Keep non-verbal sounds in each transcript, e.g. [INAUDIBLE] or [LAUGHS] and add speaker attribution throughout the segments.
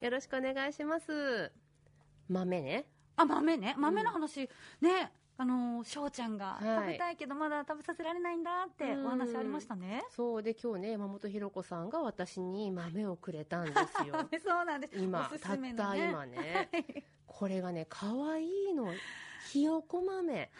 Speaker 1: よろしくお願いします。豆ね。
Speaker 2: あ、豆ね。豆の話、ね、あのー、翔ちゃんが、
Speaker 1: はい
Speaker 2: 食べたいけどまだ食べさせられないんだって
Speaker 1: うん
Speaker 2: お話ありました [LAUGHS] ね。
Speaker 1: そうで今日ね、山本ひろ子さんが私に豆をくれたんですよ。
Speaker 2: [LAUGHS] そうなんです。
Speaker 1: 今、
Speaker 2: おす
Speaker 1: た
Speaker 2: す
Speaker 1: っ
Speaker 2: めの
Speaker 1: た
Speaker 2: ね。
Speaker 1: 今ね。これがね、可愛いの。ひよこ豆。
Speaker 2: はい。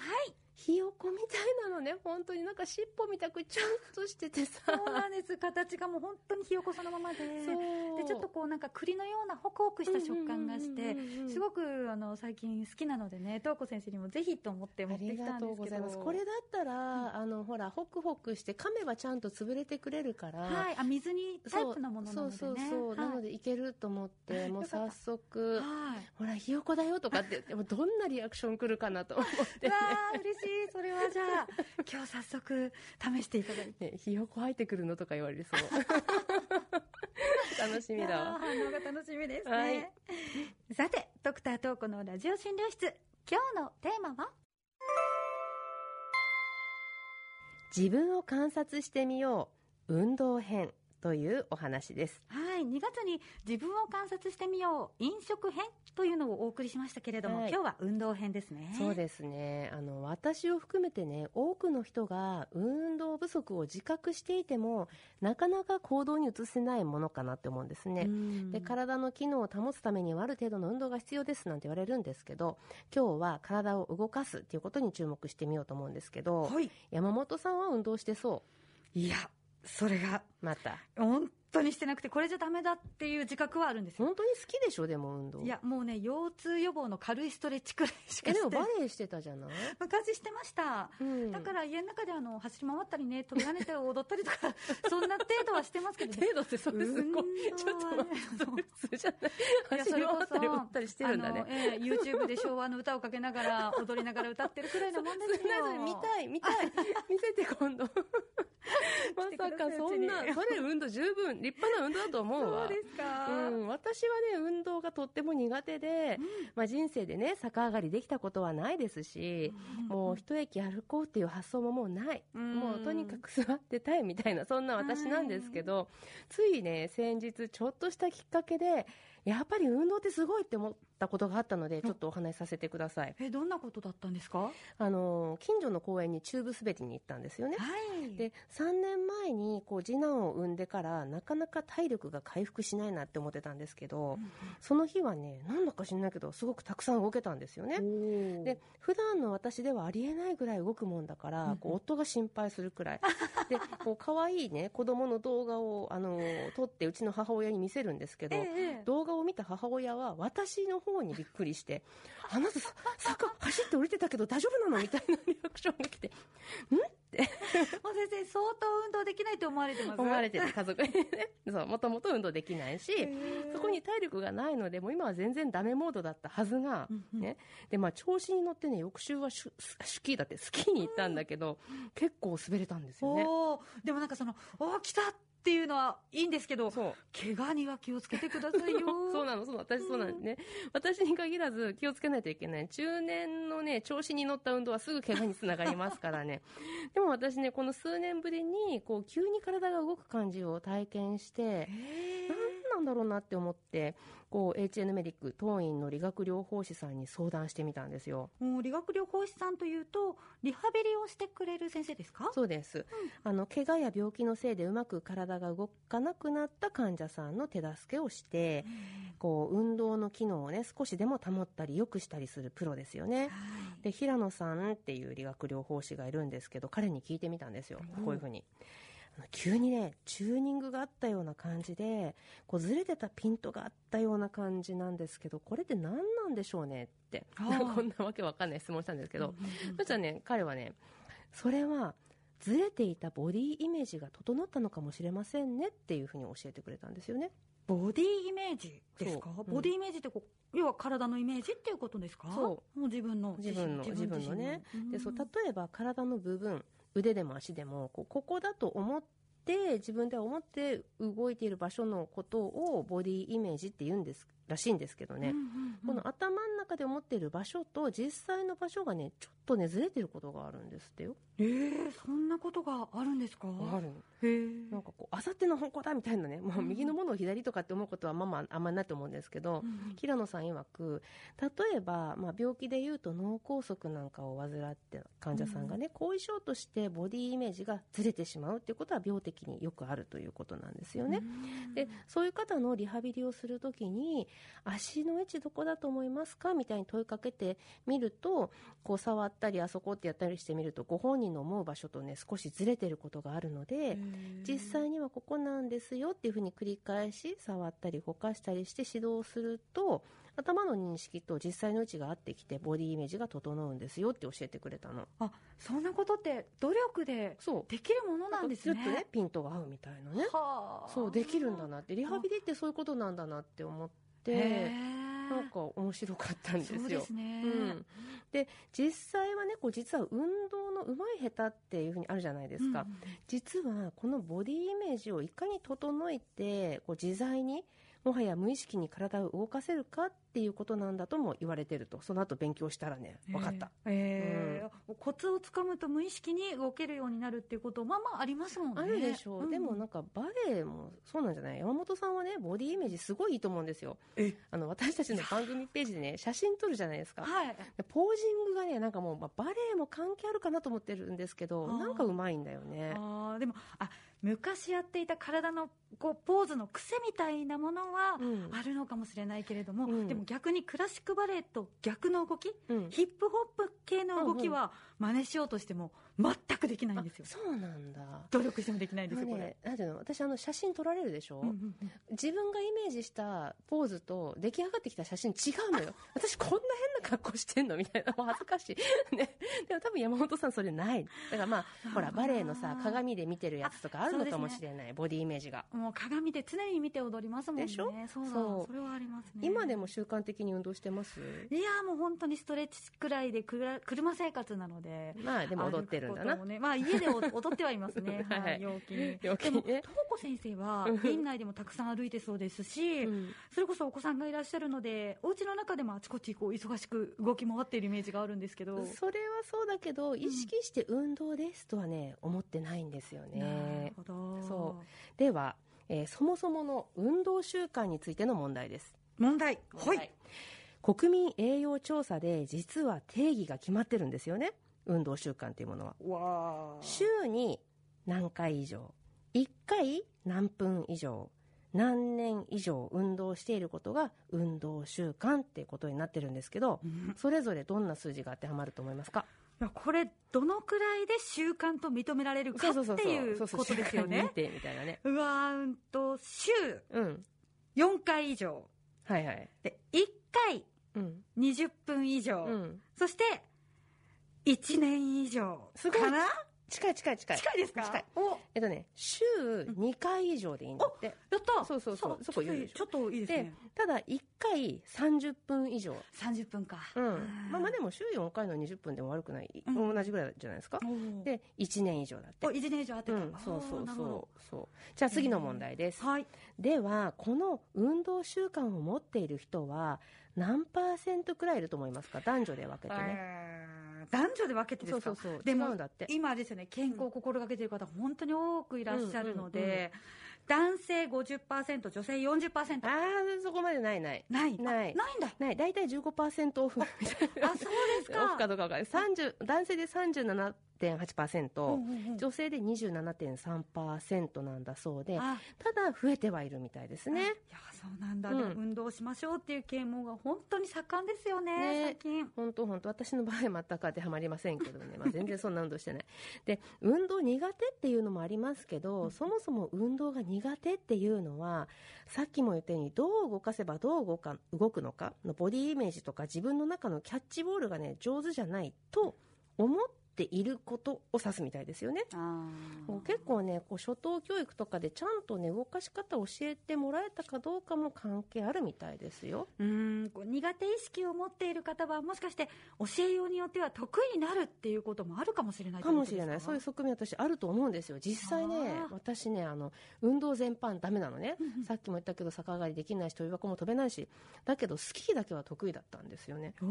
Speaker 1: ひよこみたいなのね、本当になんか尻尾みたくちょんとしててさ。
Speaker 2: そうなんです。形がもう本当にひよこ [LAUGHS] そのままで。
Speaker 1: そう
Speaker 2: で、ちょっとこうなんか栗のようなホクホクした食感がして、す
Speaker 1: く
Speaker 2: ごくあの最近好きなのでね、東子先生にもぜひと思って持
Speaker 1: あ
Speaker 2: って
Speaker 1: り
Speaker 2: き
Speaker 1: が
Speaker 2: たん
Speaker 1: とう
Speaker 2: です
Speaker 1: ご
Speaker 2: け
Speaker 1: ざ
Speaker 2: ど。
Speaker 1: います。これだったら、あの、ほら、ホクホクして、噛めばちゃんと潰れてくれるから、
Speaker 2: はい、あ水にタイプのものなのでね。
Speaker 1: そうそうそう、
Speaker 2: はい
Speaker 1: なのでいけると思ってもう
Speaker 2: [LAUGHS] よかっ
Speaker 1: 早
Speaker 2: た
Speaker 1: 速
Speaker 2: はい。
Speaker 1: ほらひよこだよとかって言ってもどんなリアクション来るかなと思って
Speaker 2: わあ嬉しいそれはじ [LAUGHS] ゃあ今日早速試していただいて
Speaker 1: ねひよこ入って [LAUGHS] くるのとか言われそう楽しみだわ
Speaker 2: いやー反応が楽しみですね、
Speaker 1: はい
Speaker 2: さてドクタートーコのラジオ診療室今日のテーマは
Speaker 1: 自分を観察してみよう運動編というお話です
Speaker 2: はい2月に自分を観察してみよう飲食編というのをお送りしましたけれども、
Speaker 1: はい
Speaker 2: 今日は運動編ですね
Speaker 1: そうですねあの私を含めてね多くの人が運動不足を自覚していてもなかなか行動に移せないものかなって思うんですね、
Speaker 2: ね
Speaker 1: で体の機能を保つためにはある程度の運動が必要ですなんて言われるんですけど今日は体を動かすっていうことに注目してみようと思うんですけど
Speaker 2: はい
Speaker 1: 山本さんは運動してそ
Speaker 2: いやそれが
Speaker 1: うま
Speaker 2: [LAUGHS]
Speaker 1: た
Speaker 2: 本当にしてなくてこれじゃダメだっていう自覚はあるんですよ
Speaker 1: 本当に好きでしょでも運動
Speaker 2: いやもうね腰痛予防の軽いストレッチくらいしか
Speaker 1: えで
Speaker 2: し
Speaker 1: も
Speaker 2: て
Speaker 1: バレエしてたじゃない、
Speaker 2: 昔してました
Speaker 1: うん
Speaker 2: だから家の中であの走り回ったりね、飛び跳ねて踊ったりと [LAUGHS] か、そんな程度はしてますけど、
Speaker 1: 程度ってそれすごい
Speaker 2: 運
Speaker 1: ちょっ
Speaker 2: 動
Speaker 1: と
Speaker 2: は
Speaker 1: 待っ
Speaker 2: ね
Speaker 1: てそれ普通じゃない
Speaker 2: いや
Speaker 1: 走
Speaker 2: そ
Speaker 1: り
Speaker 2: れ
Speaker 1: 回
Speaker 2: こそ
Speaker 1: ったり踊ったりしてるんだ
Speaker 2: あの
Speaker 1: ね
Speaker 2: ええ YouTube で昭和の歌をかけながら、踊りながら歌ってるくらいのもんですよ。
Speaker 1: それ見たい見たい見
Speaker 2: [LAUGHS]
Speaker 1: せて今度まさ
Speaker 2: てください
Speaker 1: かそんな
Speaker 2: うちに
Speaker 1: それ運動十分立派な運動だと思う
Speaker 2: そ
Speaker 1: わ
Speaker 2: うですか。
Speaker 1: うん、私はね運動がとっても苦手で、まあ、人生でね逆上がりできたことはないですし、もう一駅歩こうっていう発想ももうない、
Speaker 2: うん
Speaker 1: もうとにかく座ってたいみたいなそんな私なんですけど、ついね先日ちょっとしたきっかけでやっぱり運動ってすごいって思ったことがあったのでちょっとお話しさせてください、
Speaker 2: え、どんなことだったんですかは
Speaker 1: あの近所の公園にチューブ滑りに行ったんですよね
Speaker 2: い。
Speaker 1: で3年前にこう次男を産んでからなかなか体力が回復しないなって思ってたんですけど、その日はねなんだか知んないけどすごくたくさん動けたんですよね。
Speaker 2: おー
Speaker 1: で普段の私ではありえないぐらい動くもんだから、
Speaker 2: うんうん
Speaker 1: こう夫が心配するくらいでこう可愛いね子供の動画をあの撮ってうちの母親に見せるんですけど、
Speaker 2: ええ
Speaker 1: 動画を見た母親は私の方にびっくりして「あなたさ坂走って降りてたけど大丈夫なの?」みたいなリアクションが来て
Speaker 2: もう先生、相当運動できないと思われてます
Speaker 1: 思われてる家族にねそうもともと運動できないし、
Speaker 2: へー
Speaker 1: そこに体力がないのでもう今は全然ダメモードだったはずが、
Speaker 2: うんうん
Speaker 1: ねでまあ、調子に乗ってね翌週はシュススキーだってスキーに行ったんだけど、結構滑れたんですよね。
Speaker 2: おお、でもなんかその、おー来たっていうのはいいんですけど、
Speaker 1: そう
Speaker 2: 怪我には気をつけてくださいよ。
Speaker 1: [LAUGHS] そうなの、そうなの、私そうなんですね。私に限らず気をつけないといけない。中年のね、調子に乗った運動はすぐ怪我につながりますから [LAUGHS] ね。でも私ね、この数年ぶりに、こう、急に体が動く感じを体験して、
Speaker 2: へー
Speaker 1: なんなんだろうなって思って、こう、HN メディック、当院の理学療法士さんに相談してみたんですよ。
Speaker 2: もう理学療法士さんというと、リハビリをしてくれる先生ですか
Speaker 1: そうです。あの、怪我や病気のせいでうまく体が動かなくなった患者さんの手助けをして、こう、運動の機能をね、少しでも保ったり、良くしたりするプロですよね。
Speaker 2: はい
Speaker 1: で、平野さんっていう理学療法士がいるんですけど、彼に聞いてみたんですよ。こういうふうに。あの急にね、チューニングがあったような感じで、こうずれてたピントがあったような感じなんですけど、これって何なんでしょうねって、
Speaker 2: あー
Speaker 1: こんなわけわかんない質問したんですけど、
Speaker 2: うん
Speaker 1: そしたらね、彼はね、それは、ずれていたボディイメージが整ったのかもしれませんねっていうふうに教えてくれたんですよね。
Speaker 2: ボディイメージですか、
Speaker 1: そううん
Speaker 2: ボディイメージってこう、要は体のイメージっていうことですか。
Speaker 1: そう
Speaker 2: もう自分の。
Speaker 1: 自分の自分のねでそう例えば体の部分腕でも足でもこうここだと思って自分では思って動いている場所のことをボディイメージって言うんですらしいんですけどね、この頭の中で思っている場所と実際の場所がねちょっとねずれてることがあるんですってよ。
Speaker 2: えー、そんなことがあるんですか
Speaker 1: ある
Speaker 2: へ
Speaker 1: なんかこうあさっての方向だみたいなね、まあ、
Speaker 2: うん
Speaker 1: 右のものを左とかって思うことはまあまああんまりないと思うんですけど、平野さん曰く例えば、まあ、病気でいうと脳梗塞なんかを患って患者さんがね、後遺症としてボディイメージがずれてしまうっていうことは病的によくあるということなんですよね。でそういう方のリハビリをするときに足の位置どこだと思いますかみたいに問いかけてみるとこう触ったりあそこってやったりしてみるとご本人の思う場所とね少しずれてることがあるので、実際にはここなんですよっていうふうに繰り返し触ったり動かしたりして指導すると頭の認識と実際の位置が合ってきてボディイメージが整うんですよって教えてくれたの
Speaker 2: あそんなことって努力で
Speaker 1: そう
Speaker 2: できるものなんですね
Speaker 1: ちょっとねピントが合うみたいなね
Speaker 2: はあ
Speaker 1: そうできるんだなってリハビリってそういうことなんだなって思ってなんか面白かったんですよ
Speaker 2: そうですね、
Speaker 1: うん、で実際はねこう実は運動の上手い下手っていうふうにあるじゃないですか、
Speaker 2: うん
Speaker 1: 実はこのボディイメージをいかに整えてこう自在にもはや無意識に体を動かせるかっていうことなんだとも言われてるとその後勉強したらね分かった、、
Speaker 2: えーえーコツをつかむと無意識に動けるようになるっていうことまあまあありますもんね
Speaker 1: あるでしょう、
Speaker 2: ん
Speaker 1: でもなんかバレエもそうなんじゃない山本さんはねボディイメージすごいいいと思うんですよ
Speaker 2: え
Speaker 1: あの私たちの番組ページでね
Speaker 2: [LAUGHS]
Speaker 1: 写真撮るじゃないですか
Speaker 2: はい
Speaker 1: でポージングがねなんかもう、まあバレエも関係あるかなと思ってるんですけど
Speaker 2: あー
Speaker 1: なんかうまいんだよね
Speaker 2: あーでもあ昔やっていた体のこうポーズの癖みたいなものは
Speaker 1: うん
Speaker 2: あるのかもしれないけれども、
Speaker 1: うん
Speaker 2: でも逆にクラシックバレエと逆の動き
Speaker 1: うん
Speaker 2: ヒップホップ系の動きは真似しようとしても全くできないん
Speaker 1: あ
Speaker 2: ですよ
Speaker 1: そうなんだ
Speaker 2: 努力してもできないんですよ
Speaker 1: も
Speaker 2: こ
Speaker 1: う
Speaker 2: れ
Speaker 1: ね、なんていうの私あの写真撮られるでしょ、
Speaker 2: うんうんうん
Speaker 1: 自分がイメージしたポーズと出来上がってきた写真違う [LAUGHS] のよ私こんな変な格好してんのみたいなもう恥ずかしい、ね、でも多分山本さんそれないだからまあほらバレエのさ鏡で見てるやつとかあるのかもしれない、ボディイメージが、
Speaker 2: もう鏡で常に見て踊りますもんね
Speaker 1: でしょ
Speaker 2: そうだ
Speaker 1: そう
Speaker 2: それはありますね
Speaker 1: 今でも習慣的に運動してます
Speaker 2: いやーもう本当にストレッチくらいでくら車生活なので
Speaker 1: まあでも踊ってるんだな
Speaker 2: 歩くこともね、まあ
Speaker 1: [LAUGHS]
Speaker 2: 家でお踊ってはいますね
Speaker 1: はいはい
Speaker 2: はい陽気に
Speaker 1: [LAUGHS] 陽気にね
Speaker 2: でもともこ先生は
Speaker 1: うん
Speaker 2: 院内でもたくさん歩いてそうですし、
Speaker 1: うん
Speaker 2: それこそお子さんがいらっしゃるのでお家の中でもあちこちこう忙しく動き回っているイメージがあるんですけど、
Speaker 1: それはそうだけど意識して運動ですとはね思ってないんですよ
Speaker 2: なる
Speaker 1: ね、
Speaker 2: ほど
Speaker 1: そでは、えーそもそもの運動習慣についての問題です
Speaker 2: 問題はい、
Speaker 1: 国民栄養調査で実は定義が決まってるんですよね運動習慣というものは
Speaker 2: わあ
Speaker 1: 週に何回以上1回何分以上何年以上運動していることが運動習慣っていうことになってるんですけど
Speaker 2: うん
Speaker 1: それぞれどんな数字が当てはまると思いますか
Speaker 2: いやこれどのくらいで習慣と認められるかっていうことです [LAUGHS] よ
Speaker 1: 習慣認
Speaker 2: ね
Speaker 1: 定みたいなね
Speaker 2: うわーうんと週
Speaker 1: うん
Speaker 2: 4回以上
Speaker 1: はいはい
Speaker 2: で1回
Speaker 1: うん
Speaker 2: 20分以上、
Speaker 1: うん
Speaker 2: そして1年以上
Speaker 1: すごい
Speaker 2: かな
Speaker 1: 近い近い近い
Speaker 2: 近いですか
Speaker 1: 近い
Speaker 2: おやっ
Speaker 1: えっとね週2回以上でいいんだって
Speaker 2: た
Speaker 1: そうそうそうそこ言うでしょ
Speaker 2: ちょっといいです
Speaker 1: で
Speaker 2: ね
Speaker 1: ただ1回30分以上
Speaker 2: 30分か
Speaker 1: うんまあまあ
Speaker 2: で
Speaker 1: でも週4回の20分でも悪くない、
Speaker 2: うん
Speaker 1: 同じぐらいじゃないですか、
Speaker 2: も
Speaker 1: で1年以上だって
Speaker 2: お、1年以上当て
Speaker 1: う
Speaker 2: た、
Speaker 1: ん、そうそ
Speaker 2: あー
Speaker 1: う
Speaker 2: なるほ
Speaker 1: そうそうじゃあ次の問題です、
Speaker 2: どはい
Speaker 1: ではこの運動習慣を持っている人は何パーセントくらいいると思いますか男女で分けてね、
Speaker 2: えー男女で分けてで
Speaker 1: そう
Speaker 2: す
Speaker 1: そ
Speaker 2: か
Speaker 1: うそう
Speaker 2: でも
Speaker 1: 違うんだって
Speaker 2: 今あれですよね健康を心がけてる方本当に多くいらっしゃるので、男性50%女性40%
Speaker 1: ああそこまでないない
Speaker 2: ない
Speaker 1: ない
Speaker 2: あないんだ
Speaker 1: ない大体15%オフみたいな
Speaker 2: あそう
Speaker 1: [LAUGHS]
Speaker 2: ですか
Speaker 1: オフかどうか分かんない30男性で37.8%、
Speaker 2: うんうんうん
Speaker 1: 女性で27.3%なんだそうで
Speaker 2: あ
Speaker 1: ただ増えてはいるみたいですね
Speaker 2: いやそうなんだ、
Speaker 1: うん
Speaker 2: でも運動しましょうっていう啓蒙が本当に盛んですよね
Speaker 1: ね
Speaker 2: 最近
Speaker 1: 本当本当私の場合は全く当てはまりませんけどね、まあ、全然そんな運動してないで運動苦手っていうのもありますけどそもそも運動が苦手っていうのはさっきも言ったようにどう動かせばどう動か動くのかのボディイメージとか自分の中のキャッチボールがね上手じゃないと思ってっていることを指すみたいですよね。
Speaker 2: あー
Speaker 1: 結構ねこう初等教育とかでちゃんとね動かし方を教えてもらえたかどうかも関係あるみたいですよ。
Speaker 2: うーんこう苦手意識を持っている方はもしかして教えようによっては得意になるっていうこともあるかもしれない
Speaker 1: かもしれないそういう
Speaker 2: す
Speaker 1: 側面私あると思うんですよ実際ね
Speaker 2: あー
Speaker 1: 私ねあの運動全般ダメなのね
Speaker 2: うんうん
Speaker 1: さっきも言ったけど逆上がりできないし跳び箱も飛べないしだけどスキーだけは得意だったんですよね
Speaker 2: お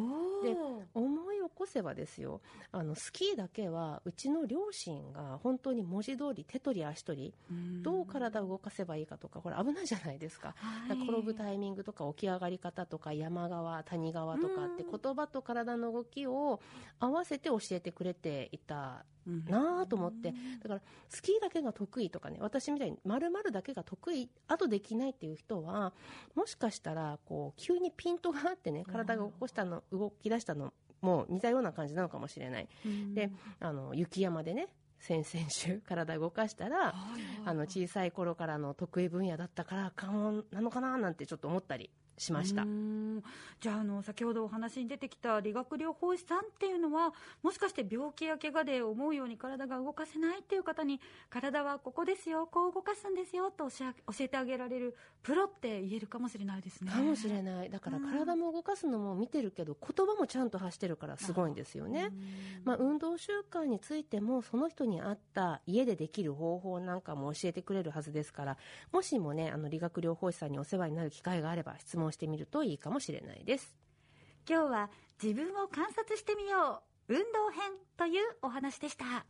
Speaker 2: ー
Speaker 1: 思い起こせばですよあのスキーだけはうちの両親が本当に文字通り手取り足取り
Speaker 2: うん
Speaker 1: どう体を動かせばいいかとかこれ危ないじゃないですか
Speaker 2: はい
Speaker 1: 転ぶタイミングとか起き上がり方とか山側谷川とかって
Speaker 2: うん
Speaker 1: 言葉と体の動きを合わせて教えてくれていた
Speaker 2: うん
Speaker 1: なぁと思ってだからスキーだけが得意とかね私みたいに丸々だけが得意あとできないっていう人はもしかしたらこう急にピントがあってね体が起こしたの動き出したのも似たような感じなのかもしれない
Speaker 2: うん
Speaker 1: であの雪山でね先々週 [LAUGHS] 体動かしたら
Speaker 2: はいはいはい
Speaker 1: あの小さい頃からの得意分野だったから関門なのかななんてちょっと思ったりしました
Speaker 2: うー。んじゃああの先ほどお話に出てきた理学療法士さんっていうのはもしかして病気や怪我で思うように体が動かせないっていう方に体はここですよこう動かすんですよと教え教えてあげられるプロって言えるかもしれないですね。
Speaker 1: かもしれないだから
Speaker 2: うん
Speaker 1: 体も動かすのも見てるけど言葉もちゃんと発してるからすごいんですよね。
Speaker 2: うん
Speaker 1: まあ、運動習慣についてもその人に合った家でできる方法なんかも教えてくれるはずですからもしもねあの理学療法士さんにお世話になる機会があれば質問してみるといいかもしれないです
Speaker 2: 今日は自分を観察してみよう運動編というお話でした。